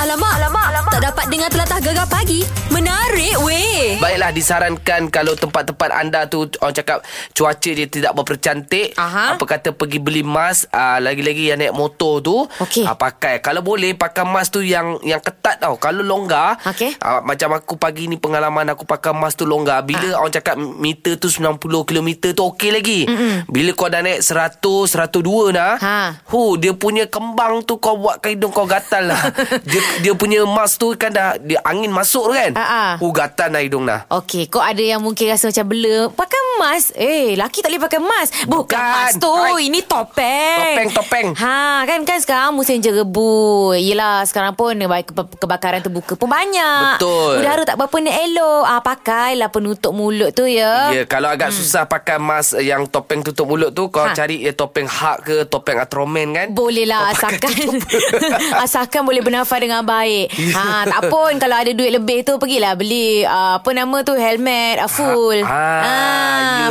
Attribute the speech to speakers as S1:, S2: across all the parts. S1: Alamak, alamak, alamak. Tak dapat dengar telatah gegar pagi. Menarik weh.
S2: Baiklah disarankan kalau tempat-tempat anda tu orang cakap cuaca dia tidak berpercantik,
S1: Aha.
S2: apa kata pergi beli mask, ah, lagi-lagi yang naik motor tu
S1: Okey.
S2: ah, pakai. Kalau boleh pakai mask tu yang yang ketat tau. Kalau longgar,
S1: Okey.
S2: ah, macam aku pagi ni pengalaman aku pakai mask tu longgar. Bila
S1: Ah.
S2: orang cakap meter tu 90 km tu okey lagi. Mm-mm. Bila kau dah naik 100, 102 dah,
S1: Ha.
S2: hu dia punya kembang tu kau buat ke hidung kau gatal lah. dia dia punya mask tu kan dah dia angin masuk tu kan.
S1: Ha, ha.
S2: Hu gatan dah lah hidung dah.
S3: Okey, kau ada yang mungkin rasa macam blur. Pakai mask. Eh, laki tak boleh pakai mask. Bukan,
S2: Bukan.
S3: Bukan. mask tu.
S2: Hai.
S3: Ini topeng.
S2: Topeng, topeng.
S3: Ha, kan kan sekarang musim jerebu. Yelah, sekarang pun keba- keba- kebakaran terbuka pun banyak.
S2: Betul.
S3: Udara tak berapa ni elok. Ah, pakailah penutup mulut tu ya.
S2: Ya, kalau agak hmm. susah pakai mask eh, yang topeng tutup mulut tu, kau ha.
S3: Ha.
S2: cari ya, topeng hak ke, topeng atromen kan?
S3: Boleh lah
S2: Kau pakai
S3: asalkan
S2: tutup.
S3: asalkan boleh bernafas dengan baik. Ha tak pun kalau ada duit lebih tu pergilah beli uh, apa nama tu helmet uh, full.
S2: Ha, ah,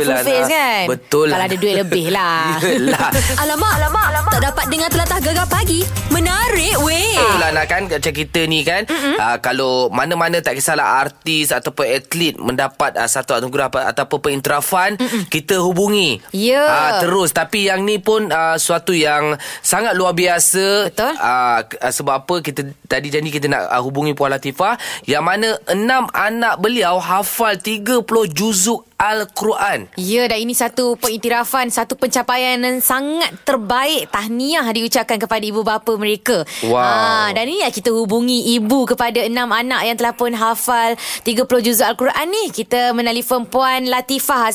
S2: yelah
S3: full face
S2: lah.
S3: kan.
S2: Betul
S3: Kalau
S2: lah.
S3: ada duit lebih lah.
S2: Yelah.
S1: Alamak, alamak, alamak. Tak dapat dengar telatah gegar pagi. Menarik weh.
S3: Ah.
S2: Betul lah nak kan Macam kita ni kan uh, Kalau mana-mana tak kisahlah Artis ataupun atlet Mendapat uh, satu anugerah apa- Ataupun perinterafan Kita hubungi
S3: Ya.
S2: Ah, Terus Tapi yang ni pun uh, Suatu yang Sangat luar biasa
S3: Betul.
S2: uh, Sebab apa kita Tadi janji kita nak uh, Hubungi Puan Latifah Yang mana Enam anak beliau Hafal 30 juzuk Al-Quran
S3: Ya dan ini satu pengiktirafan Satu pencapaian yang sangat terbaik Tahniah diucapkan kepada ibu bapa mereka
S2: Wow.
S3: Ah, Dan ini kita hubungi ibu kepada enam anak yang telah pun hafal 30 juzul Al-Quran ni Kita menelpon Puan Latifah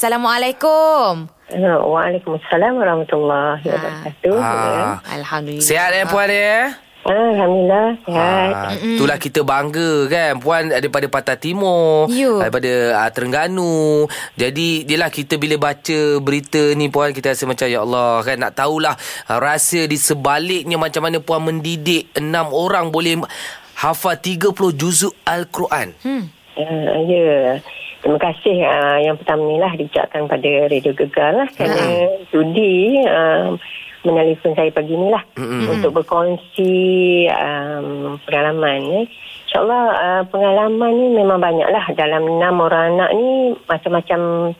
S3: Assalamualaikum
S4: Ya, Waalaikumsalam warahmatullahi wabarakatuh.
S2: Ah.
S4: Ah.
S3: Alhamdulillah
S2: Sihat eh Puan eh
S4: Alhamdulillah sihat.
S2: Ah, itulah kita bangga kan Puan daripada Patah Timur
S4: Ya.
S3: You.
S2: Daripada uh, Terengganu Jadi Yelah kita bila baca berita ni Puan Kita rasa macam Ya Allah kan Nak tahulah uh, Rasa di sebaliknya Macam mana Puan mendidik Enam orang boleh Hafal 30 juzuk Al-Quran hmm.
S4: Ah, ya. Terima kasih ah, yang pertama ni lah diucapkan pada Radio Gegar lah kerana sudi ah, menelpon saya pagi ni lah untuk berkongsi um, pengalaman ni. InsyaAllah ah, pengalaman ni memang banyak lah dalam enam orang anak ni macam-macam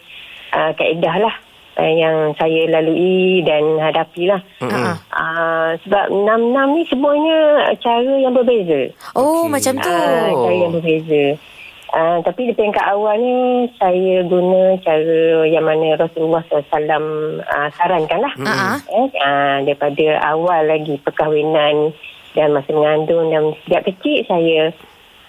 S4: ah, kaedah lah uh, yang saya lalui dan hadapi lah.
S2: Mm-mm.
S4: Uh, sebab enam-enam ni semuanya cara yang berbeza.
S3: Oh
S2: Okey.
S3: macam tu
S4: Ah, cara yang berbeza. Uh, tapi di peringkat awal ni saya guna cara yang mana Rasulullah SAW uh, sarankan lah.
S3: Ah, ah.
S4: Eh, uh, daripada awal lagi perkahwinan dan masa mengandung dan sejak kecil saya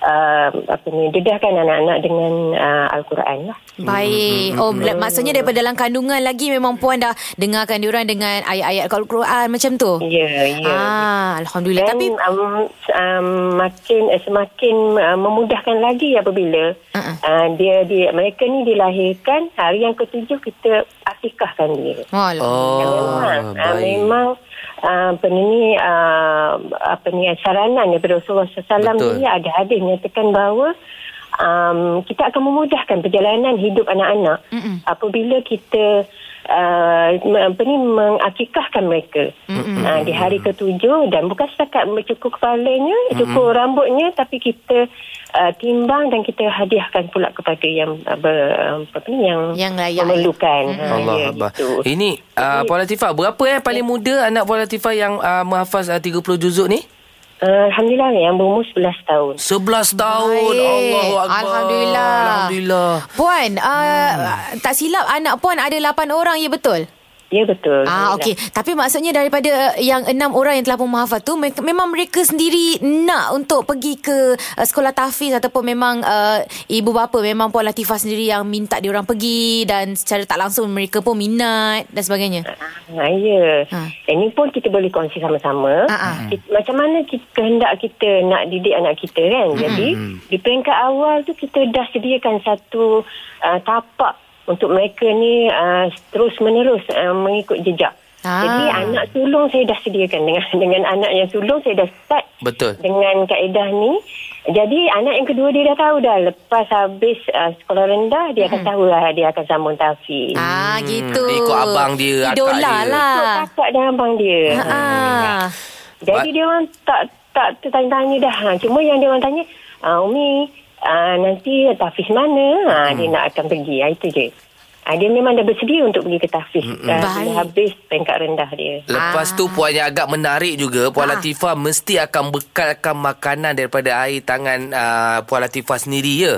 S4: uh, apa ni dedahkan anak-anak dengan uh, Al-Quran lah.
S2: Hmm,
S3: Baik Oh bela- maksudnya daripada dalam kandungan lagi Memang Puan dah dengarkan diorang dengan ayat-ayat Al-Quran Macam tu
S4: Ya, ya.
S3: Ah, Alhamdulillah
S4: Dan
S3: Tapi
S4: um, um, makin eh, semakin uh, memudahkan lagi apabila
S3: Mm-mm.
S4: uh-uh. uh, dia dia mereka ni dilahirkan hari yang ketujuh kita akikahkan dia.
S3: Alah.
S4: Dan
S2: Oh
S4: memang uh,
S2: baik.
S4: memang uh, apa ni uh, apa ni saranan daripada Rasulullah
S2: Betul.
S4: SAW ni ada hadis menyatakan bahawa um, kita akan memudahkan perjalanan hidup anak-anak
S3: Mm-mm.
S4: apabila kita uh, me- apa ni mengakikahkan mereka uh, di hari ketujuh dan bukan setakat mencukur kepalanya cukur rambutnya tapi kita uh, timbang dan kita hadiahkan pula kepada yang uh, ber, uh, apa ni yang,
S3: Yang layak.
S4: memerlukan Ah,
S2: Allah
S4: ya,
S2: Abah.
S4: gitu.
S2: Ini uh, Puan Latifah Berapa eh paling muda Anak Puan Latifah yang uh, Menghafaz uh, 30 juzuk ni
S4: Uh, Alhamdulillah yang berumur 11 tahun.
S2: 11 tahun
S3: Baik.
S2: Allahu Akbar
S3: Alhamdulillah.
S2: Alhamdulillah
S3: Puan, uh,
S2: Hmm.
S3: tak silap anak puan ada 8 orang, ya betul?
S4: Ya betul.
S3: Ah, okey. Tapi maksudnya daripada yang enam orang yang telah pun menghafal tu, mereka, memang mereka sendiri nak untuk pergi ke uh, sekolah tahfiz ataupun memang uh, ibu bapa memang Puan Latifah sendiri yang minta diorang pergi dan secara tak langsung mereka pun minat dan sebagainya.
S4: Ah, ya.
S3: Ah.
S4: Dan ni pun kita boleh kongsi sama-sama.
S3: Ah, ah.
S4: Kita, macam mana kita kehendak kita nak didik anak kita kan.
S3: Hmm.
S4: Jadi di peringkat awal tu kita dah sediakan satu uh, tapak untuk mereka ni uh, terus menerus uh, mengikut jejak.
S3: Ah.
S4: Jadi anak sulung saya dah sediakan dengan dengan anak yang sulung saya dah start
S2: Betul
S4: dengan kaedah ni jadi anak yang kedua dia dah tahu dah lepas habis uh, sekolah rendah dia akan tahu lah dia akan sambung tahfiz
S3: Ah,
S4: ah.
S3: gitu.
S2: Hmm, dia ikut abang dia, akak
S3: Idola
S2: dia. Hmm.
S3: lah.
S4: kakak dan abang dia
S3: Ah.
S4: jadi
S2: Ba-
S4: dia orang tak tak tak tertanya-tanya dah. Ha, cuma yang dia orang tanya, ah, Umi, ah, nanti Tafiz mana? Ha, Dia nak akan pergi. Ha, itu je. Ha, dia memang dah bersedia untuk pergi ke Tafiz. Hmm.
S3: Baik.
S4: habis peringkat rendah dia.
S2: Lepas tu puan yang agak menarik juga Puan
S3: Ah.
S2: Latifah mesti akan bekalkan makanan daripada air tangan uh, Puan Latifah sendiri ya.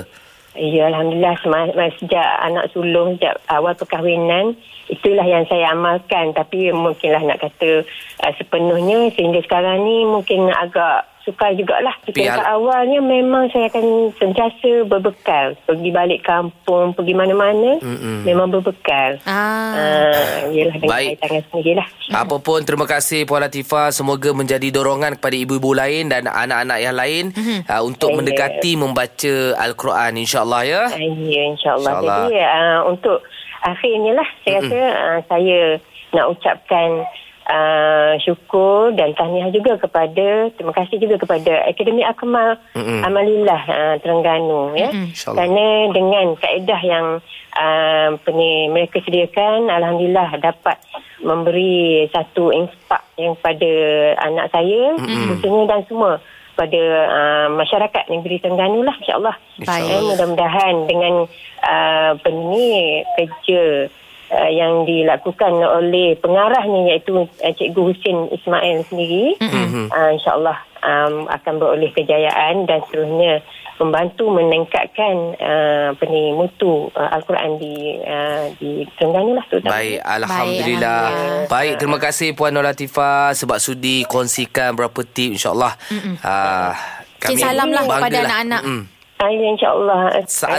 S4: Ya, Alhamdulillah sema- sejak anak sulung, sejak awal perkahwinan, itulah yang saya amalkan. Tapi mungkinlah nak kata uh, sepenuhnya sehingga sekarang ni mungkin agak sukar jugalah. Kita
S2: Pihak-
S4: dekat awalnya memang saya akan sentiasa berbekal. Pergi balik kampung, pergi mana-mana, Mm-mm. memang berbekal.
S3: Ah.
S2: Eh.
S4: Uh, yelah, dengan
S2: Baik.
S4: air tangan sendiri lah.
S2: Apa pun terima kasih Puan Latifah semoga menjadi dorongan kepada ibu-ibu lain dan anak-anak yang lain
S3: Mm-hmm.
S2: uh, untuk
S4: Ya.
S2: mendekati membaca al-Quran insyaallah ya.
S4: Ah, Ya, insyaAllah.
S2: InsyaAllah.
S4: Jadi, uh, untuk akhirnya lah, saya rasa uh, saya nak ucapkan uh, syukur dan tahniah juga kepada, terima kasih juga kepada Akademi Akmal
S2: Mm-mm.
S4: Amalillah uh, Terengganu. Ya.
S2: InsyaAllah.
S4: Kerana dengan kaedah yang uh, apa ni, mereka sediakan, Alhamdulillah dapat memberi satu infak yang kepada anak saya, khususnya dan semua pada uh, masyarakat negeri Terengganu lah insyaAllah.
S2: Baik.
S4: Eh, mudah-mudahan dengan uh, apa ni kerja uh, yang dilakukan oleh pengarahnya iaitu uh, Cikgu Husin Ismail sendiri mm-hmm. uh, insyaallah um, akan beroleh kejayaan dan seterusnya membantu meningkatkan uh, apa ni mutu uh, al-Quran di uh, di Terengganu lah terutama.
S2: Baik, Alhamdulillah. Baik,
S3: Alhamdulillah.
S2: terima kasih Puan Nur Latifah sebab sudi kongsikan berapa tip insyaAllah. Uh,
S3: Mungkin salam lah
S2: bangga
S3: kepada
S2: lah.
S3: anak-anak.
S2: Mm-mm.
S4: Saya insyaAllah.
S2: Sa-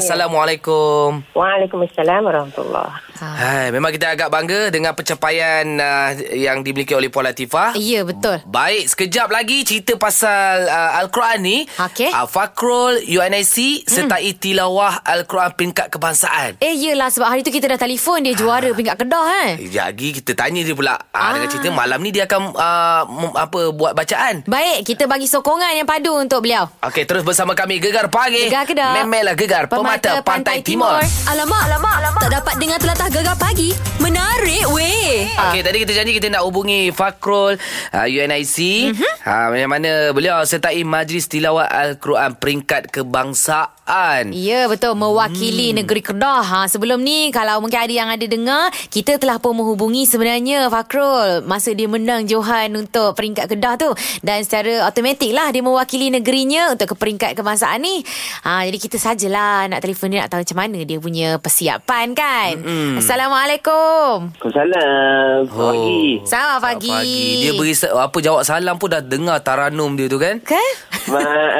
S2: Assalamualaikum.
S4: Waalaikumsalam warahmatullahi
S3: Ah.
S2: Hai, memang kita agak bangga dengan pencapaian uh, yang dimiliki oleh Puan Latifah.
S3: Ya, betul.
S2: Baik, sekejap lagi cerita pasal uh, Al-Quran ni.
S3: Okey. Mm.
S2: Uh, Fakrul UNIC sertai tilawah Al-Quran peringkat kebangsaan.
S3: Eh, yelah sebab hari tu kita dah telefon dia juara peringkat Kedah kan.
S2: Sekejap lagi kita tanya dia pula. Ah. Dengan
S3: Ah.
S2: cerita malam ni dia akan uh, mem- apa buat bacaan.
S3: Baik, kita bagi sokongan yang padu untuk beliau.
S2: Okey, terus bersama kami Gegar Pagi.
S3: Gegar Kedah.
S2: Eh, Memelah Gegar Pemata, Pantai, Timur. Timur.
S1: Alamak, alamak, alamak. Tak dapat dengar telatah gegar pagi. Menarik weh.
S2: Okey, tadi kita janji kita nak hubungi Fakrul uh, UNIC mm-hmm. uh, yang mana beliau sertai Majlis Tilawat Al-Quran peringkat kebangsaan.
S3: Ya betul mewakili hmm. negeri Kedah. Ha sebelum ni kalau mungkin ada yang ada dengar, kita telah pun menghubungi sebenarnya Fakrul masa dia menang Johan untuk peringkat Kedah tu dan secara automatik lah dia mewakili negerinya untuk ke peringkat kebangsaan ni. Ha jadi kita sajalah nak telefon dia nak tahu macam mana dia punya persiapan kan. Hmm. Assalamualaikum.
S5: Waalaikumsalam. Oh. Pagi.
S3: Selamat pagi.
S2: Dia beri se- apa jawab salam pun dah dengar taranum dia tu kan?
S3: Ke?
S5: Mak.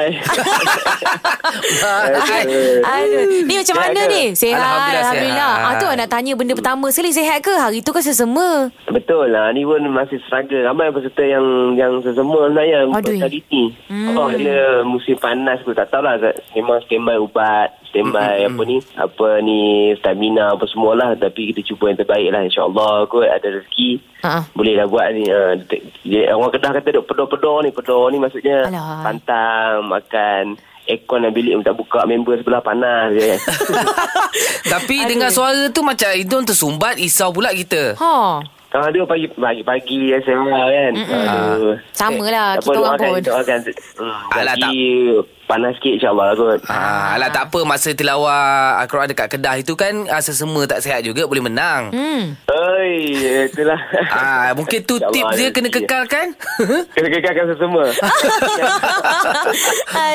S2: Hai.
S3: Aduh, ni macam
S5: Sihat
S3: mana
S5: ke?
S3: ni? Sihat,
S2: Alhamdulillah,
S3: Alhamdulillah. Alhamdulillah.
S2: sihat.
S3: Ah, tu nak tanya benda pertama sekali sihat ke? Hari tu kan sesama.
S5: Betul lah. Ni pun masih struggle. Ramai peserta yang yang sesama sebenarnya.
S3: Aduh.
S5: Kali ni. Hmm. Oh, dia musim panas pun tak lah. tahulah. Memang standby ubat. Standby apa ni. Apa ni. Stamina apa semualah. Tapi kita cuba yang terbaik lah. InsyaAllah kot ada rezeki.
S3: Ha.
S5: Boleh lah buat ni. Uh, orang Kedah kata duk pedor-pedor ni. Pedor ni maksudnya.
S3: Alah.
S5: Pantang. Makan. Aircon dalam bilik pun tak buka. Member sebelah panas je.
S2: Tapi Aduh. dengan suara tu macam hidung tersumbat, risau pula kita.
S3: Ha.
S5: Ah, dia pagi pagi pagi SMA kan. Aduh.
S3: Sama lah,
S5: Tak apa,
S3: kita orang
S5: doakan-
S3: pun.
S5: Doakan. Hmm,
S2: Alah,
S5: Alah, panas sikit insyaAllah lah kot.
S2: Ah, alah tak apa masa tilawah Al-Quran dekat Kedah itu kan ah, sesama tak sihat juga boleh menang.
S3: Hmm.
S5: Oi, itulah.
S2: Ah, mungkin tu
S5: InsyaAllah
S2: tips dia
S5: rezeki.
S2: kena kekalkan.
S5: Kena kekalkan sesama.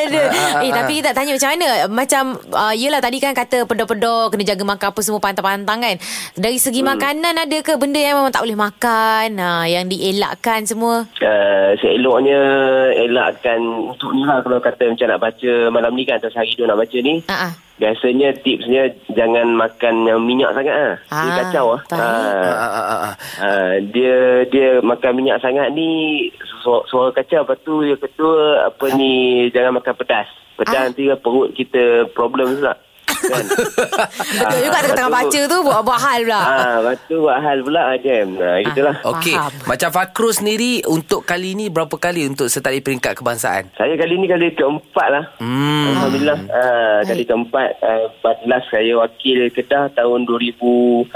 S3: Aduh. Eh tapi kita tak tanya macam mana? Macam uh, yelah tadi kan kata pedor-pedor kena jaga makan apa semua pantang-pantang kan. Dari segi hmm. makanan ada ke benda yang memang tak boleh makan, ha, yang dielakkan semua?
S5: Uh, seeloknya elakkan untuk ni lah kalau kata macam nak baca malam ni kan atau sehari tu nak baca ni
S3: Ha ah.
S5: biasanya tipsnya jangan makan yang minyak sangat ah. Dia
S3: Ah,
S5: kacau ah.
S3: baik.
S5: Ah.
S2: Ah, ah, ah, ah.
S5: Uh, dia dia makan minyak sangat ni suara, suara kacau lepas tu yang
S3: Ah.
S5: kedua apa ni jangan makan pedas pedas nanti perut kita lah problem pula kan.
S3: Betul juga tengah-tengah baca tu buat-buat hal pula.
S5: Ah, lepas tu buat hal pula jam. Ah, gitulah.
S2: Okey,
S3: Faham.
S2: macam Fakro sendiri untuk kali ni berapa kali untuk setari peringkat kebangsaan?
S5: Saya kali ni kali keempat lah.
S2: Hmm.
S5: Alhamdulillah. Ah, kali keempat. Uh, 14 saya wakil Kedah tahun 2012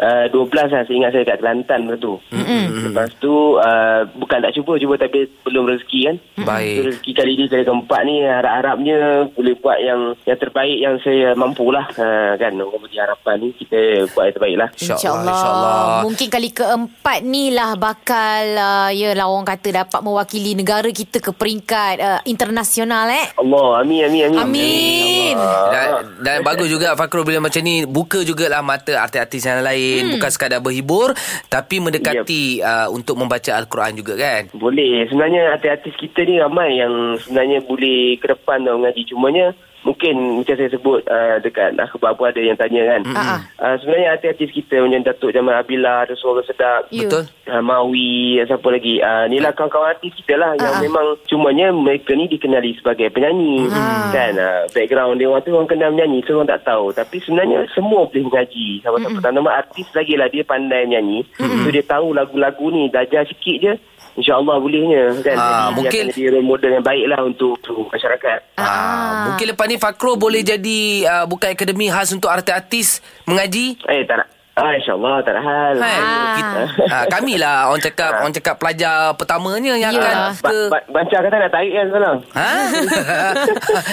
S5: lah. Saya ingat saya kat Kelantan masa tu. Mm-hmm. Lepas tu uh, bukan tak cuba. Cuba tapi belum rezeki kan.
S2: Baik.
S5: So, rezeki kali ni kali keempat ni harap-harapnya boleh buat yang yang terbaik yang saya mampulah. Uh, kan. Orang beri harapan ni kita buat yang terbaik lah.
S2: InsyaAllah, insyaAllah.
S3: Mungkin kali keempat ni lah bakal uh, yalah orang kata dapat mewakili negara kita ke peringkat uh, internasional eh.
S5: Allah. Amin, amin, amin.
S3: Amin.
S5: Allah.
S2: Dan, dan bagus juga Fakrul bila macam ni buka jugalah mata artis-artis yang lain hmm. bukan sekadar berhibur tapi mendekati yep. uh, untuk membaca al-Quran juga kan.
S5: Boleh. Sebenarnya artis-artis kita ni ramai yang sebenarnya boleh ke depan tau ngaji. Cumanya mungkin macam saya sebut uh, dekat akhbar pun ada yang tanya kan.
S3: Ah.
S5: Uh, sebenarnya artis-artis kita macam Datuk Jamal Abila ada suara sedap.
S3: You.
S2: Betul?
S5: Uh, Mawi, siapa lagi. Uh, ni lah kawan-kawan artis kita lah
S2: Ah,
S5: yang memang cumanya mereka ni dikenali sebagai penyanyi.
S2: Ah.
S5: Kan? Uh, background dia orang tu orang kenal menyanyi. So orang tak tahu. Tapi sebenarnya semua boleh mengaji. Sama-sama. Pertama artis lagi lah dia pandai menyanyi. So dia tahu lagu-lagu ni. Dajar sikit je. InsyaAllah bolehnya kan.
S2: Ah,
S5: Jadi, dia
S2: mungkin-
S5: akan jadi role model yang baik lah untuk, untuk masyarakat.
S2: Ah. Mungkin lepas ni Fakro boleh jadi uh, bukan akademi khas untuk artis-artis mengaji.
S5: Eh tak nak. Ah, InsyaAllah tak nak hal.
S2: Kan?
S3: Ah.
S2: Kita, ah, kami lah orang cakap orang cakap pelajar pertamanya yang
S3: Ya.
S2: akan
S5: Ba-
S2: ke
S5: ba- Banca kata nak tarik kan sekarang.
S2: ha?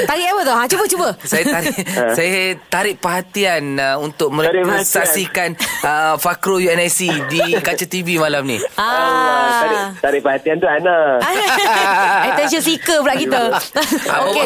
S3: Tarik apa tu? Ha cuba cuba.
S2: saya tarik saya tarik perhatian uh, untuk
S5: Ha. Tarik
S2: mereka
S5: perhatian.
S2: saksikan uh, Fakro UNSC di kaca TV malam ni.
S5: Allah, tarik,
S3: Ah.
S5: tarik perhatian tu
S2: Ah,
S5: Ana.
S3: Attention seeker pula kita.
S2: Okey.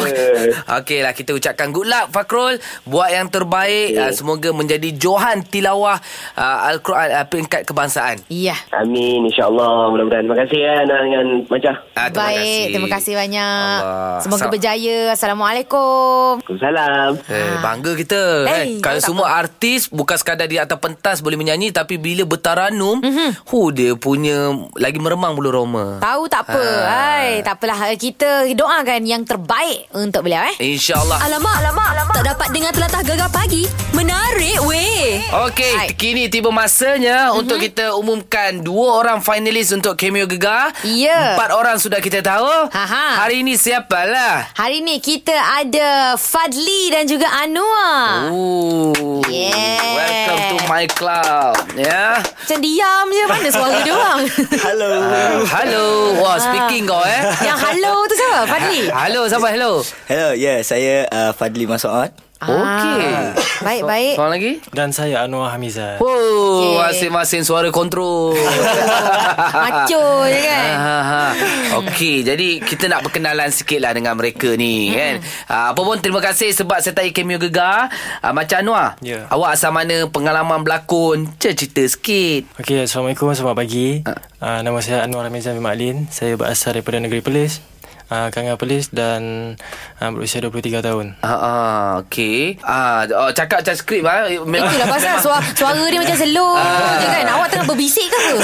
S3: Okey.
S2: Okey lah kita ucapkan good luck Fakrul buat yang terbaik
S5: Okey.
S2: uh, semoga menjadi johan tilawah uh, al-Quran uh, peringkat kebangsaan.
S3: Ya.
S5: Amin insyaAllah mudah-mudahan. Terima kasih kan Ana dengan Banca.
S2: Ah, terima
S3: Baik,
S2: kasih.
S3: terima kasih banyak.
S2: Allah.
S3: Semoga
S2: Sa-
S3: berjaya. Assalamualaikum.
S5: Waalaikumsalam.
S2: Eh, bangga kita eh,
S3: Ah. Eh,
S2: Kalau
S3: tak
S2: semua artis Bukan sekadar di atas pentas Boleh menyanyi Tapi bila bertaranum mm-hmm. Hu dia punya Lagi meremang bulu roma
S3: Tahu Mhm. tak apa.
S2: Ah.
S3: Hai, tak apalah Eh, kita doakan yang terbaik untuk beliau eh.
S2: InsyaAllah
S1: Alamak, alamak, alamak. Tak dapat dengar telatah gegar pagi. Menarik weh.
S2: Okey,
S3: Hai.
S2: kini tiba masanya
S3: Mhm.
S2: mm-hmm. untuk kita umumkan dua orang finalis untuk cameo gegar.
S3: Ya.
S2: Empat orang sudah kita tahu.
S3: Aha.
S2: Hari ini lah? siapalah?
S3: Hari ni kita ada Fadli dan juga
S2: Oh.
S3: Anwar.
S2: Ooh.
S3: Yeah.
S2: Welcome to my club. Ya. Yeah.
S3: Macam diam je mana suara dia orang.
S6: Hello.
S2: Uh, hello. Wah, speaking kau eh.
S3: yang hello tu siapa? Fadli.
S2: Hello, siapa hello?
S6: Hello, yeah, saya uh, Fadli Masoat.
S2: Okey.
S3: Ah. Baik baik.
S2: Seorang lagi?
S7: Dan saya Anwar Hamizah.
S2: Oh,
S3: Eh. Okey.
S2: masing-masing suara kontrol.
S3: Maco je kan.
S2: Ha, ha. Okey, jadi kita nak berkenalan sikit lah dengan mereka
S3: Hmm.
S2: ni kan. Ah, apa pun terima kasih sebab sertai cameo gegar. Ah, macam Anwar,
S7: Ya.
S2: awak asal mana pengalaman berlakon? Cerita sikit.
S7: Okey, Assalamualaikum, selamat pagi.
S3: Ah.
S7: Uh, nama saya Anwar Hamizah bin Maklin. Saya berasal daripada negeri Perlis. Uh, Kangar Perlis dan uh, berusia 23 tahun.
S2: Ha ah, okey. Ah, oh, cakap macam skrip ah. Memang
S3: Itulah pasal suara, suara dia macam slow je kan. Awak tengah berbisik ke apa?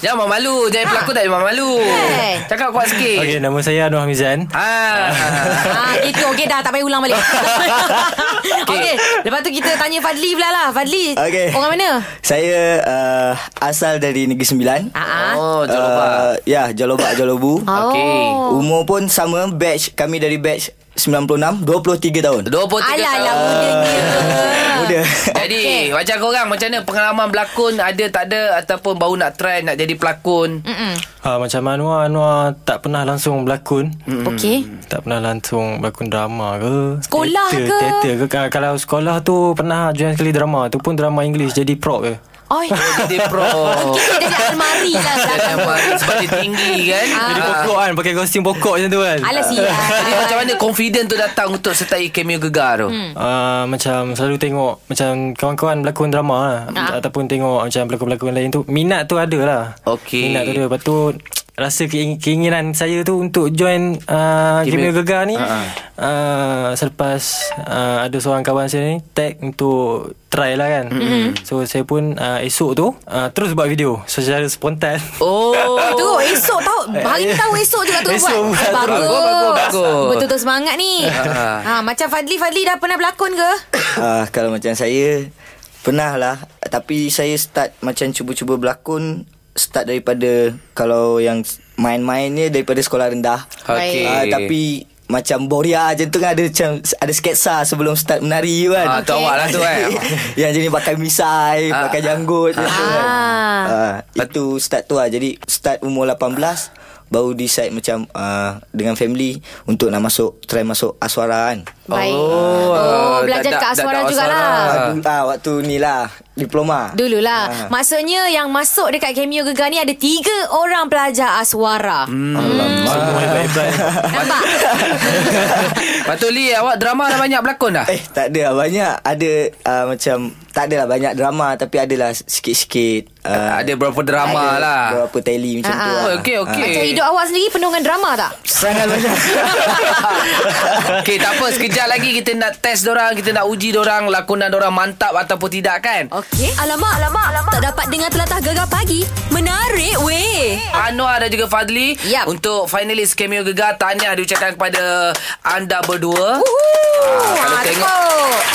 S2: Jangan malu, jangan pelakon tak memang malu.
S3: Hey.
S2: Cakap kuat
S3: Eh.
S2: sikit. Ha.
S7: Okey, nama saya Anwar Hamizan.
S2: Ah.
S3: Ah, gitu. Okey dah, tak payah ulang balik. Okey. Okay. Lepas tu kita tanya Fadli pula lah. Fadli,
S6: Okay.
S3: orang mana?
S6: Saya uh, asal dari Negeri Sembilan.
S3: Ah, ah.
S2: Oh, joloba.
S6: Uh, ya, Jalobak Jolobu.
S3: Oh.
S2: Okey.
S6: Umur pun sama, batch kami dari batch 96, 23 tahun.
S3: Alah,
S2: 23 tahun.
S3: lah mudanya.
S6: Muda.
S2: Jadi okay. macam korang macam mana pengalaman berlakon ada tak ada ataupun baru nak try nak jadi pelakon?
S3: Mm-mm.
S7: Uh, macam Anwar, Anwar tak pernah langsung berlakon.
S3: Okey.
S7: Tak pernah langsung berlakon drama ke
S3: Sekolah
S7: teater,
S3: ke?
S7: Teater ke Ka- Kalau sekolah tu Pernah join sekali drama Tu pun drama English Jadi prop ke
S3: Oi.
S2: Jadi pro.
S3: Kita jadi almari lah belakang tu.
S2: Sebab dia tinggi kan.
S7: Jadi
S2: Ah.
S7: pokok kan Pakai kostum pokok macam tu kan
S3: Alah sial.
S2: Jadi macam
S3: ah.
S2: mana confident tu datang untuk sertai cameo gegar tu?
S7: Uh, macam selalu tengok Macam kawan-kawan berlakon drama lah Ataupun tengok macam pelakon-pelakon lain tu Minat tu ada lah
S2: Okey.
S7: Minat tu ada Lepas tu rasa keing- keinginan saya tu untuk join uh,
S2: Kimia-
S7: Kimia Gegar ni
S2: Ha, ha.
S7: uh, selepas uh, ada seorang kawan saya ni tag untuk try lah kan. Mm-hmm. So saya pun uh, esok tu uh, terus buat video secara spontan.
S2: Oh.
S3: Tu eh. esok tahu Hari ni
S2: Eh.
S3: tahu esok juga tu
S7: Esok
S3: buat
S7: buat terus.
S3: Bagus
S2: Bagus, bagus. Ah.
S3: Betul-betul semangat ni ha, Macam Fadli Fadli dah pernah berlakon ke?
S6: uh, Kalau macam saya Pernah lah Tapi saya start Macam cuba-cuba berlakon Start daripada Kalau yang Main-mainnya Daripada sekolah rendah
S2: Okey.
S6: Ah, Tapi Macam Boria je tu kan Ada macam Ada sketsa sebelum start menari tu
S2: Ah,
S6: kan
S2: tu awak lah tu kan.
S6: Yang jadi pakai misai
S2: Ah.
S6: Pakai janggut ah. tu kan
S3: Ah.
S6: ah, Itu start tu lah Jadi start umur 18 Baru decide macam uh, Dengan family Untuk nak masuk Try masuk aswara kan
S3: Baik oh
S2: Oh, dah-
S3: Belajar
S2: dah-
S3: kat
S2: dah-
S3: Aswara
S2: dah
S3: jugalah
S2: Aswara.
S6: Ah, dulu, ah, waktu ni lah Diploma Ah.
S3: Dulu
S2: Ah.
S3: lah Maksudnya yang masuk dekat Cameo Gegar ni Ada tiga orang pelajar Aswara
S2: Hmm.
S6: Oh.
S7: Semua hebat-hebat.
S3: Nampak?
S2: Patut Lee awak drama dah banyak berlakon dah.
S6: Eh tak ada lah banyak Ada uh, macam Tak ada lah banyak drama Tapi adalah sikit-sikit uh,
S2: Ada berapa drama
S6: ada
S2: lah.
S6: Berapa teli macam tu
S3: Ah.
S6: lah
S2: Oh, okey, okey.
S3: Macam hidup awak sendiri penuh dengan drama tak?
S6: Sangat banyak
S2: Okey, tak apa. Sekejap lagi kita nak test dorang. Kita nak uji dorang. Lakonan dorang mantap ataupun tidak kan?
S3: Okey alamak, alamak, alamak
S1: Tak dapat dengar telatah gegar pagi. Menarik weh.
S2: Anwar dan juga Fadli
S3: Yap.
S2: Untuk finalis Cameo Gegar Tahniah diucapkan kepada Anda berdua
S3: Wuhuu
S2: Ah, kalau tengok-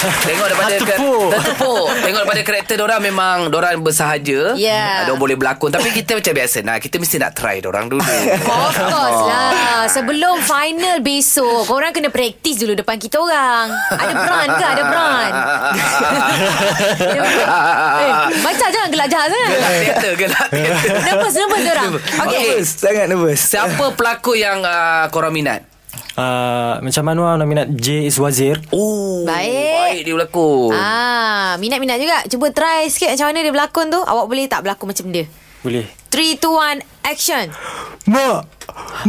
S2: Tengok daripada
S7: Tertepuk.
S2: kar- Tertepuk Tengok daripada karakter dorang Memang dorang bersahaja
S3: Ya.
S2: Ah, Dorang boleh berlakon Tapi kita macam biasa nah, Kita mesti nak try dorang dulu
S3: Of course lah Sebelum final besok Korang kena praktis dulu Depan kita orang Ada brand ke? Ada brand
S2: Ah.
S3: eh, Baca jangan gelak jahat sangat
S2: Gelak teater Gelak teater
S3: Nervous Nervous orang Okay
S2: Okey.
S6: Nervous Sangat nervous
S2: Siapa pelakon yang uh, korang minat?
S7: Uh, macam Anwar nominat J is Wazir.
S2: Oh,
S3: Baik.
S2: Baik dia berlakon
S3: Ah, Minat-minat juga Cuba try sikit Macam mana dia berlakon tu Awak boleh tak berlakon macam dia
S7: Boleh.
S3: 3, 2, 1 Action
S7: Mak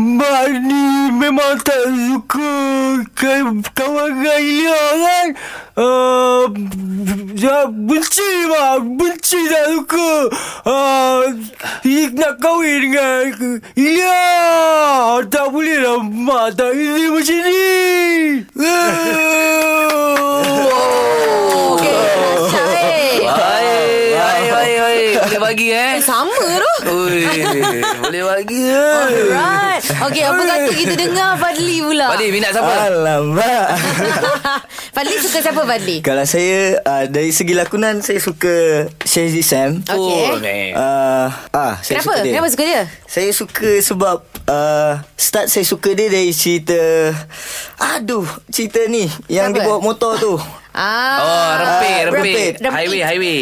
S7: Mak ni memang tak suka ka- Kawan Gailia kan uh, ya, Benci mak Benci tak suka uh, Nak kahwin dengan Ilia Tak boleh lah mak Tak boleh macam ni
S3: Okay Nasyap eh
S2: Baik, baik, baik, baik. Boleh bagi eh?
S3: Sama tu
S2: Ui, boleh bagi eh?
S3: Alright Okay apa kata kita dengar Fadli pula
S2: Fadli, minat
S6: Ah.
S2: siapa?
S6: Alamak
S3: Fadli suka siapa Fadli?
S6: Kalau saya uh, Dari segi lakonan Saya suka Shazzy Sam
S3: Okey.
S2: Oh, ni.
S6: Uh, ah, saya
S3: Kenapa?
S6: Suka dia.
S3: Kenapa suka dia?
S6: Saya suka sebab uh, Start saya suka dia dari cerita Aduh Cerita ni Yang
S3: Apa?
S6: dia bawa motor tu
S3: Ah.
S2: Oh, rempit,
S6: Ah,
S2: rempit.
S3: rempit.
S2: Highway, highway.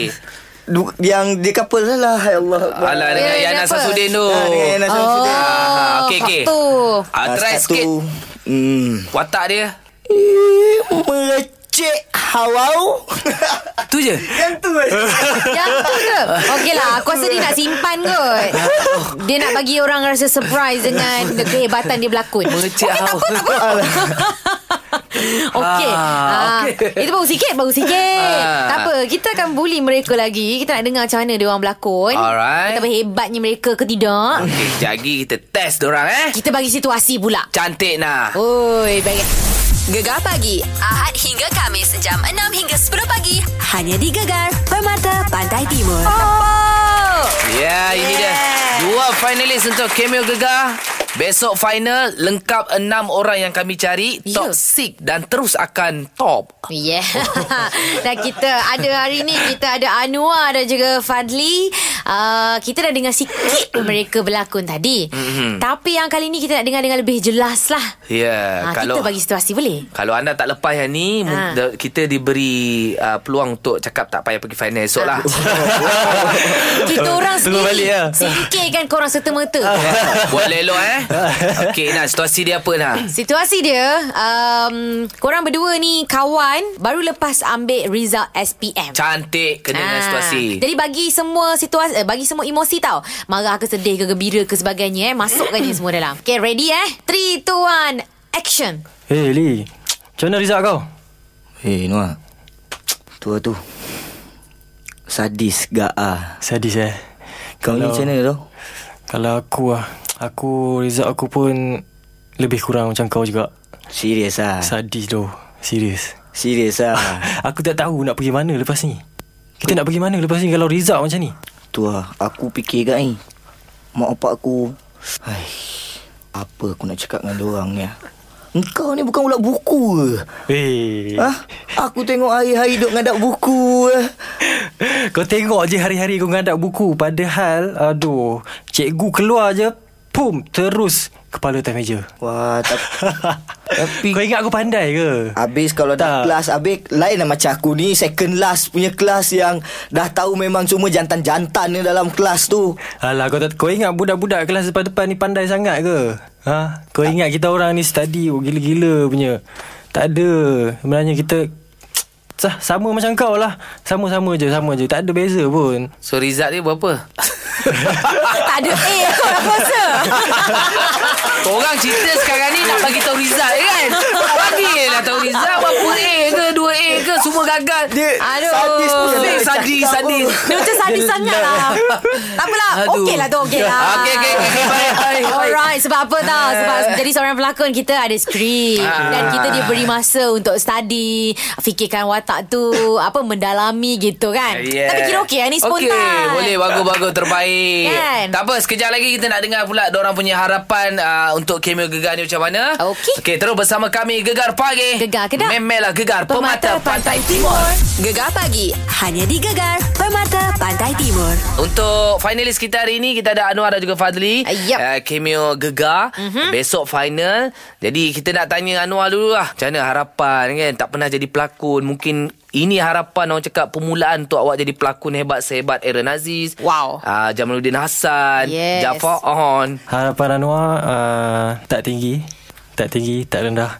S6: Du- Yang dia couple lah lah Ya Allah
S2: Alah, dengan
S3: Eh,
S2: Yana
S3: kenapa?
S2: Sasudin tu.
S6: Ah, dengan Yana
S3: Oh,
S6: Samsudin.
S2: Ah, okey,
S3: hak
S2: okey.
S3: tu.
S2: Ah,
S6: Ah,
S2: try
S6: start
S2: sikit
S6: tu, Hmm
S2: watak dia.
S6: Eh, Merecek Hawau
S2: Tu je.
S6: Yang tu eh.
S3: Yang tu Ya, ke? Okey lah, aku rasa dia nak simpan kot. Dia nak bagi orang rasa surprise dengan kehebatan dia berlakon.
S2: Mengecek awak.
S3: Okey. Ah,
S2: Ah, okey.
S3: Itu baru sikit, baru sikit.
S2: Ah.
S3: Tak apa, kita akan bully mereka lagi. Kita nak dengar macam mana dia orang berlakon.
S2: Alright.
S3: Betapa hebatnya mereka ke tidak.
S2: Okey, sekejap lagi kita test dorang eh.
S3: Kita bagi situasi pula. Oh.
S2: Cantik nah.
S3: Oi, baik.
S1: Gegar pagi Ahad hingga Kamis jam 6 hingga 10 pagi hanya di Gegar Permata Pantai Timur.
S3: Oh.
S2: Ya, yeah, ini dia.
S3: Yeah.
S2: Dua finalis untuk Cameo Gegar. Besok final lengkap enam orang yang kami cari
S3: Ya.
S2: top 6 dan terus akan top.
S3: Yeah. dan Ya. kita ada hari ni kita ada Anwar dan juga Fadli. Uh, kita dah dengar sikit mereka berlakon tadi. Mm-hmm. Tapi yang kali ni kita nak dengar dengan lebih jelas lah.
S2: Ya, yeah,
S3: Ha,
S2: kalau
S3: kita bagi situasi boleh?
S2: Kalau anda tak lepas yang ni
S3: Ha.
S2: ha. Kita diberi uh, peluang untuk cakap tak payah pergi final esok lah
S3: Kita orang
S7: Tunggu
S3: sendiri
S7: balik lah.
S3: Singkirkan korang serta-merta
S2: Buat elok eh Okey nah situasi dia apa nah
S3: Situasi dia um, Korang berdua ni kawan Baru lepas ambil result SPM
S2: Cantik kena dengan
S3: Ah,
S2: situasi
S3: Jadi bagi semua situasi eh, Bagi semua emosi tau Marah ke sedih ke gembira ke sebagainya eh Masukkan ni semua dalam Okay ready eh 3, 2, 1 Action
S7: Hei Eh, Li Macam mana result kau?
S6: Hei Noah Tua tu Sadis gak ah
S7: Sadis eh
S6: Kau ni
S7: Kalau-
S6: macam mana tau
S7: Kalau aku lah Aku result aku pun Lebih kurang macam kau juga
S6: Serius lah
S7: ah. Sadis doh Serius
S6: Serius lah
S7: Aku tak tahu nak pergi mana lepas ni Kita nak pergi mana lepas ni Kalau result macam ni
S6: Tu lah Aku fikir kat ni Mak opak aku Hai Apa aku nak cakap dengan dorang ni ah? Engkau ni bukan ulat buku ke?
S7: Weh
S6: Ha? Aku tengok hari-hari duk ngadap buku eh.
S7: Kau tengok je hari-hari kau ngadap buku Padahal Aduh Cikgu keluar je Pum Terus Kepala atas meja
S6: Wah tak,
S7: Tapi Kau ingat aku pandai ke?
S6: Habis kalau dah
S7: Tak.
S6: kelas Habis lain lah macam aku ni Second last punya kelas yang Dah tahu memang cuma jantan-jantan ni dalam kelas tu
S7: Alah kau, tak, kau ingat budak-budak kelas depan-depan ni pandai sangat ke? Ha? Kau ingat kita orang ni study gila-gila punya Tak ada Sebenarnya kita Sah, sama macam kau lah Sama-sama je Sama je Tak ada beza pun
S2: So result dia berapa?
S3: tak ada A kau nak puasa.
S2: Korang cerita sekarang ni nak bagi tahu result je kan? Tak bagi je lah tahu result berapa A ke 2A ke semua gagal. Dia
S3: Aduh.
S6: sadis pun
S2: sadis,
S6: dia
S2: sadis,
S6: cakap
S2: sadis.
S6: pun.
S3: Dia macam sadis sangat lah Tak apalah
S2: Aduh. Ya,
S3: Okey lah tu okey lah
S2: Okey, okey, okey. Baik, baik, Ah. baik.
S3: Alright Sebab apa tau Sebab jadi seorang pelakon Kita ada skrip
S2: Ah.
S3: Dan kita diberi masa Untuk study Fikirkan watak tu Apa Mendalami gitu kan
S2: Yeah.
S3: Tapi kira okey lah Ni spontan
S2: Okey, boleh bagus-bagus terbaik.
S3: Kan?
S2: Tak apa, sekejap lagi kita nak dengar pula orang punya harapan uh, untuk cameo Gegar ni macam mana.
S3: Okey.
S2: Okey, terus bersama kami Gegar Pagi.
S3: Gegar Kedah.
S2: Memelah Gegar Pemata, Pantai Timur.
S1: Gegar pagi hanya di Gegar Permata Pantai Timur.
S2: Untuk finalis kita hari ini Kita ada Anwar dan juga Fadli
S3: Ah, yup.
S2: uh, Cameo Gegar
S3: Mhm.
S2: mm-hmm. Besok final Jadi kita nak tanya Anwar dulu lah Macam mana harapan kan Tak pernah jadi pelakon Mungkin ini harapan orang cakap Permulaan untuk awak jadi pelakon hebat Sehebat Aaron Aziz
S3: Wow.
S2: uh, Jamaluddin Hassan
S3: Yes.
S2: Jaafar On
S7: Harapan Anwar uh, Tak tinggi Tak tinggi Tak rendah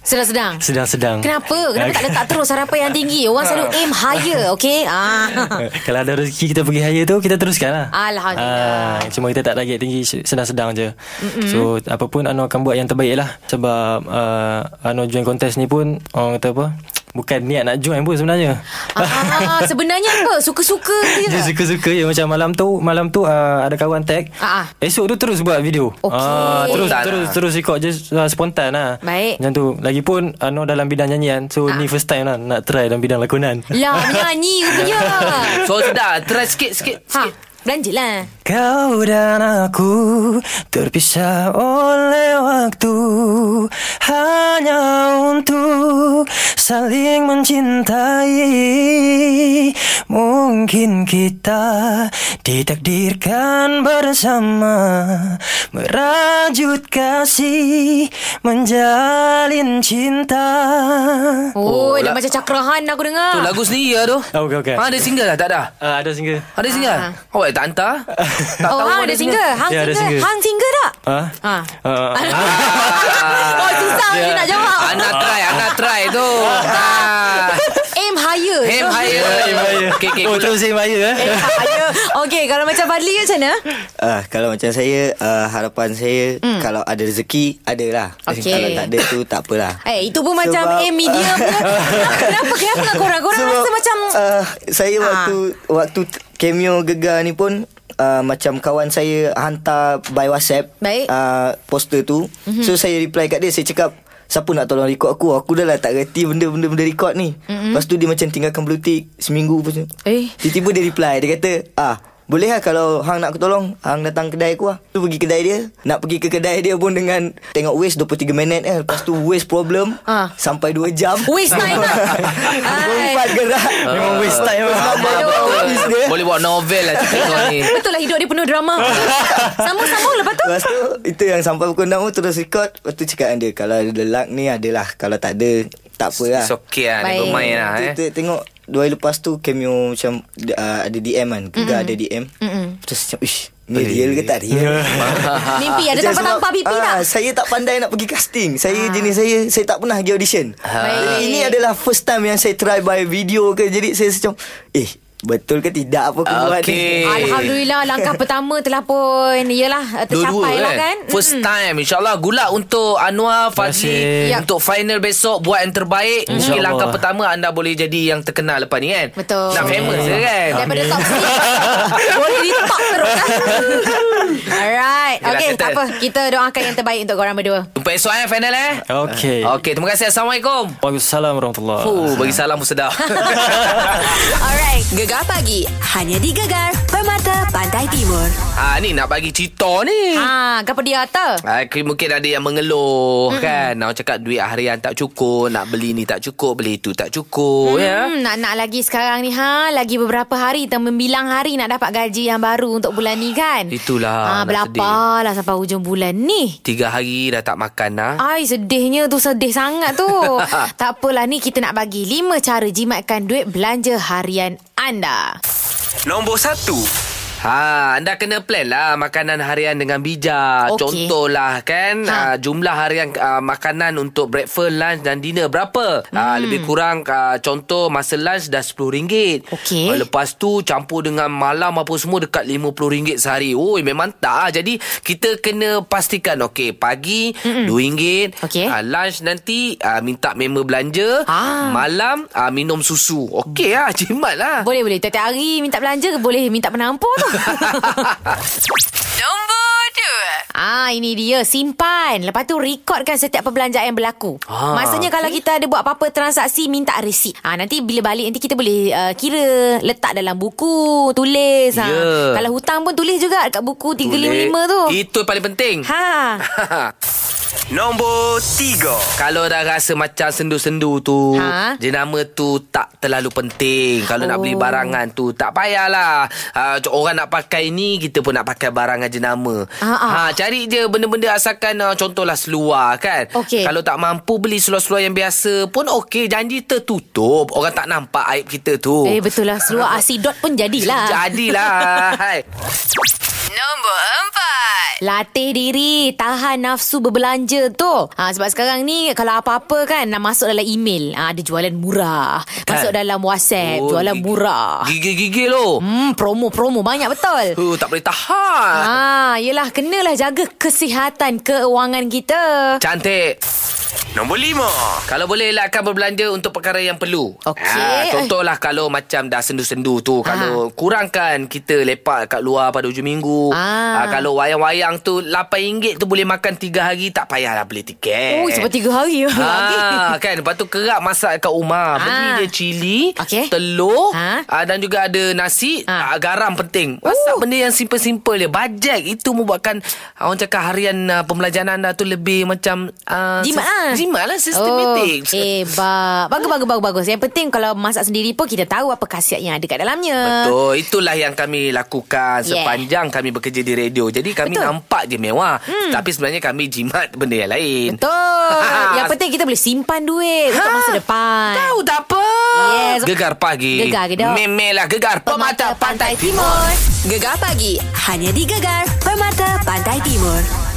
S3: Sedang-sedang
S7: Sedang-sedang
S3: Kenapa? Kenapa tak letak terus harapan yang tinggi? Orang selalu
S2: Ah.
S3: aim higher, okay? Ah.
S7: Kalau ada rezeki kita pergi higher tu Kita teruskan lah
S3: Alhamdulillah.
S7: ah, Cuma kita tak target tinggi Sedang-sedang je Mm-mm. So apa pun Anwar akan buat yang terbaik lah Sebab uh, Anwar join contest ni pun Orang kata apa Bukan niat nak join pun sebenarnya
S3: Ah, sebenarnya apa? Suka-suka je.
S7: Dia suka-suka je Macam malam tu Malam tu uh, ada kawan tag
S3: Ah, ah.
S7: Esok tu terus buat video
S3: Okey.
S7: Ah, Terus
S2: Spontan
S7: terus
S2: lah.
S7: terus record je uh, Spontan lah
S3: Baik. Ah.
S7: Macam tu Lagipun Anwar dalam bidang nyanyian So ni first time lah Nak try dalam bidang lakonan
S3: Lah, menyanyi rupanya.
S2: So sudah Try sikit-sikit
S3: ha, belanjalah.
S7: Kau dan aku terpisah oleh waktu Hanya untuk saling mencintai Mungkin kita ditakdirkan bersama Merajut kasih menjalin cinta
S3: Oh,
S2: Oh,
S3: dah
S2: la-
S3: macam cakrahan aku dengar.
S2: Tu lagu sendiri lah tu
S7: Oh, okay, okay.
S2: Ha, ada single lah tak ada?
S7: Uh, ada single
S2: Ada single?
S3: Ah.
S2: Awak tak hantar? tak
S3: oh,
S2: tahu
S3: hang
S2: ada
S3: ada single. Hang
S7: Ya, ada
S3: single.
S7: single.
S3: Hang single tak?
S7: Ah?
S3: Ha.
S7: Ah, ah, ah.
S3: Oh, susah yeah. nak jawab.
S2: Ana Ya. try, Ana try tu. Ha.
S3: Aim higher.
S2: Aim higher.
S7: Aim higher.
S2: Okay, okay,
S7: oh,
S2: good.
S7: terus aim higher eh.
S3: Okay, kalau macam Fadli macam mana?
S6: Ah, Kalau macam saya ah, Harapan saya Kalau ada rezeki Adalah
S3: Hmm.
S6: Eh,
S3: Okey.
S6: Kalau tak ada tu tak apalah
S3: Eh, itu pun macam
S6: Sebab-
S3: aim media punya. Kenapa? Kenapa dengan korang? Korang rasa macam... Ah.
S6: uh, Saya waktu Waktu cameo gegar ni pun uh, Macam kawan saya Hantar by whatsapp
S3: Baik.
S6: uh, Poster tu
S3: Mhm.
S6: mm-hmm. So saya reply kat dia Saya cakap Siapa nak tolong record aku Aku dah lah tak reti Benda-benda benda record ni mm-hmm. Lepas tu dia macam tinggalkan blue tick Seminggu pun
S3: Mhm. Eh.
S6: Tiba-tiba dia reply Dia kata Ah boleh lah kalau Hang nak aku tolong Hang datang kedai aku lah Tu pergi kedai dia Nak pergi ke kedai dia pun dengan Tengok waste 23 minit eh. Lepas tu waste problem
S3: Ah.
S6: Sampai 2 jam
S3: Waste time lah. Hai.
S6: Empat gerak
S7: Memang waste time lah.
S6: Sama
S2: Aduh.
S6: office dia
S2: Boleh buat novel lah cerita kau ni.
S3: Betul lah hidup dia penuh drama Sambung-sambung lepas tu
S6: Lepas tu Itu yang sampai pukul 6 tu Terus record Lepas tu cakap dengan dia Kalau ada luck ni Adalah Kalau tak ada Tak apa lah
S2: It's okay lah,
S3: Baik.
S2: ni bermain lah eh.
S6: Kita tengok Dua hari lepas tu Cameo macam uh, Ada DM kan Gegar ada DM Terus macam Ish Ni real ke tak real
S3: Mimpi ada
S6: Macam
S3: tanpa-tanpa
S6: sebab,
S3: pipi tak? Ah.
S6: ah, Saya tak pandai nak pergi casting Saya jenis saya Saya tak pernah
S2: Ah.
S6: pergi audition
S3: Baik.
S6: Jadi ini adalah first time yang saya try by video ke Jadi saya macam Eh Betul ke tidak apa keluar
S2: Okey.
S6: ni
S3: Alhamdulillah langkah pertama telah pun Yelah eh, tercapai
S2: Dua-dua
S3: lah kan
S2: First time InsyaAllah Gula untuk Anwar Fadli
S7: kasih.
S3: Ya.
S2: Untuk final besok Buat yang terbaik Mungkin
S7: InsyaAllah.
S2: langkah pertama Anda boleh jadi Yang terkenal lepas ni kan
S3: Betul.
S2: Nak famous je kan
S3: Daripada top 3 Boleh jadi top terus kan? Alright
S2: Yelah,
S3: Okay
S2: settle.
S3: tak apa Kita doakan yang terbaik Untuk korang berdua
S2: Jumpa esok eh final eh
S7: Okey.
S2: Okey terima kasih Assalamualaikum
S7: Waalaikumsalam warahmatullahi
S2: Fuh, Bagi salam pun sedap
S1: Alright, Gegar Pagi. Hanya di Gegar Permata Pantai Timur.
S2: ha, Ni nak bagi cerita ni
S3: Ah, Gapa dia tak?
S2: Ah, ke- mungkin ada yang mengeluh mm kan. Nak cakap duit harian tak cukup, nak beli ni tak cukup, beli itu tak cukup mm. ya.
S3: Hmm, nak nak lagi sekarang ni ha, lagi beberapa hari kita membilang hari nak dapat gaji yang baru untuk bulan ni kan.
S2: Itulah,
S3: Ha,
S2: nak
S3: berapa lah sampai hujung bulan ni.
S2: Tiga hari dah tak makan lah.
S3: Ai sedihnya tu sedih sangat tu. tak apalah ni kita nak bagi 5 cara jimatkan duit belanja harian anda.
S8: Nombor 1.
S2: Ha, anda kena plan lah makanan harian dengan bijak.
S3: Okey.
S2: Contohlah kan ha.
S3: Ha.
S2: uh, jumlah harian uh, makanan untuk breakfast, lunch dan dinner berapa? Hmm. Uh, lebih kurang uh, contoh masa lunch dah RM10.
S3: Okey.
S2: Uh, lepas tu campur dengan malam apa semua dekat RM50 sehari. Oi memang tak ah. Jadi kita kena pastikan okey pagi RM2,
S3: Okey.
S2: uh, lunch nanti uh, minta member belanja,
S3: Ah.
S2: malam uh, minum susu. Okey ah jimat lah.
S3: Boleh boleh tiap-tiap hari minta belanja ke boleh minta penampur tu.
S1: Nombor dua.
S3: Ah ini dia simpan. Lepas tu rekodkan setiap perbelanjaan yang berlaku. Ah,
S2: Ah,
S3: Maksudnya kalau kita ada buat apa-apa transaksi minta resit. Ah nanti bila balik nanti kita boleh uh, kira letak dalam buku, tulis. Ah.
S2: Ya.
S3: Kalau hutang pun tulis juga dekat buku 355 tu.
S2: Itu paling penting.
S3: Ha.
S8: Nombor 3.
S2: Kalau dah rasa macam sendu-sendu tu ha?
S3: Ha?
S2: Jenama tu tak terlalu penting Kalau oh. nak
S3: Oh.
S2: beli barangan tu Tak payahlah uh, Orang nak pakai ni Kita pun nak pakai barangan jenama
S3: Ah, ah.
S2: ha, Cari je benda-benda asalkan uh, Contohlah seluar kan
S3: Okey.
S2: Kalau tak mampu beli seluar-seluar yang biasa Pun okey Janji tertutup Orang tak nampak aib kita tu
S3: Eh betul lah seluar asidot pun jadilah.
S2: Jadilah Hai.
S1: Nombor empat.
S3: Latih diri Tahan nafsu berbelanja tu ha, Sebab sekarang ni Kalau apa-apa kan Nak masuk dalam email ha, Ada jualan murah kan.
S2: Kan?
S3: Masuk dalam whatsapp oh,
S2: Oh,
S3: Jualan
S2: gigi-
S3: murah
S2: Gigil-gigil lo
S3: Hmm, promo-promo banyak betul.
S2: uh, Tak boleh tahan
S3: Ah, yelah kenalah jaga kesihatan keuangan kita.
S2: Cantik
S8: Nombor 5.
S2: Kalau boleh elakkan berbelanja untuk perkara yang perlu. Ah,
S3: Okey.
S2: contohlah kalau macam dah sendu-sendu tu.
S3: Ha.
S2: Kalau kurangkan kita lepak kat luar pada hujung minggu.
S3: Ah.
S2: Ah, kalau wayang-wayang tu RM8 tu boleh makan 3 hari. Tak payahlah beli tiket.
S3: Oh, sampai tiga hari
S2: Ah, kan Lepas tu kerap masak kat rumah Beli
S3: Ah.
S2: je cili
S3: Okey.
S2: Telur
S3: Ah.
S2: ah, Dan juga ada nasi ah.
S3: Ah.
S2: Garam penting Masak benda yang simple-simple je Bajet Itu membuatkan Orang cakap harian ah, Pembelanjaan anda tu lebih macam ah,
S3: Jimat
S2: sis-
S3: lah
S2: Jimat lah Systematic
S3: oh, Hebat Bagus bagus bagus bagus Yang penting kalau masak sendiri pun Kita tahu apa khasiat yang ada kat dalamnya
S2: Betul Itulah yang kami lakukan
S3: eh. Yeah.
S2: Sepanjang kami bekerja di radio Jadi kami Betul.
S3: Betul.
S2: nampak je mewah hmm. Tapi sebenarnya kami jimat benda yang lain
S3: Betul Yang penting kita boleh simpan duit Untuk masa depan
S2: Ha? Tahu tak apa
S3: Yes.
S2: Gegar pagi
S3: Gegar ke, Dok?
S2: Memelah gegar Pemata Pantai Timur
S1: Gegar Pagi. Hanya di Gegar Permata Pantai Timur.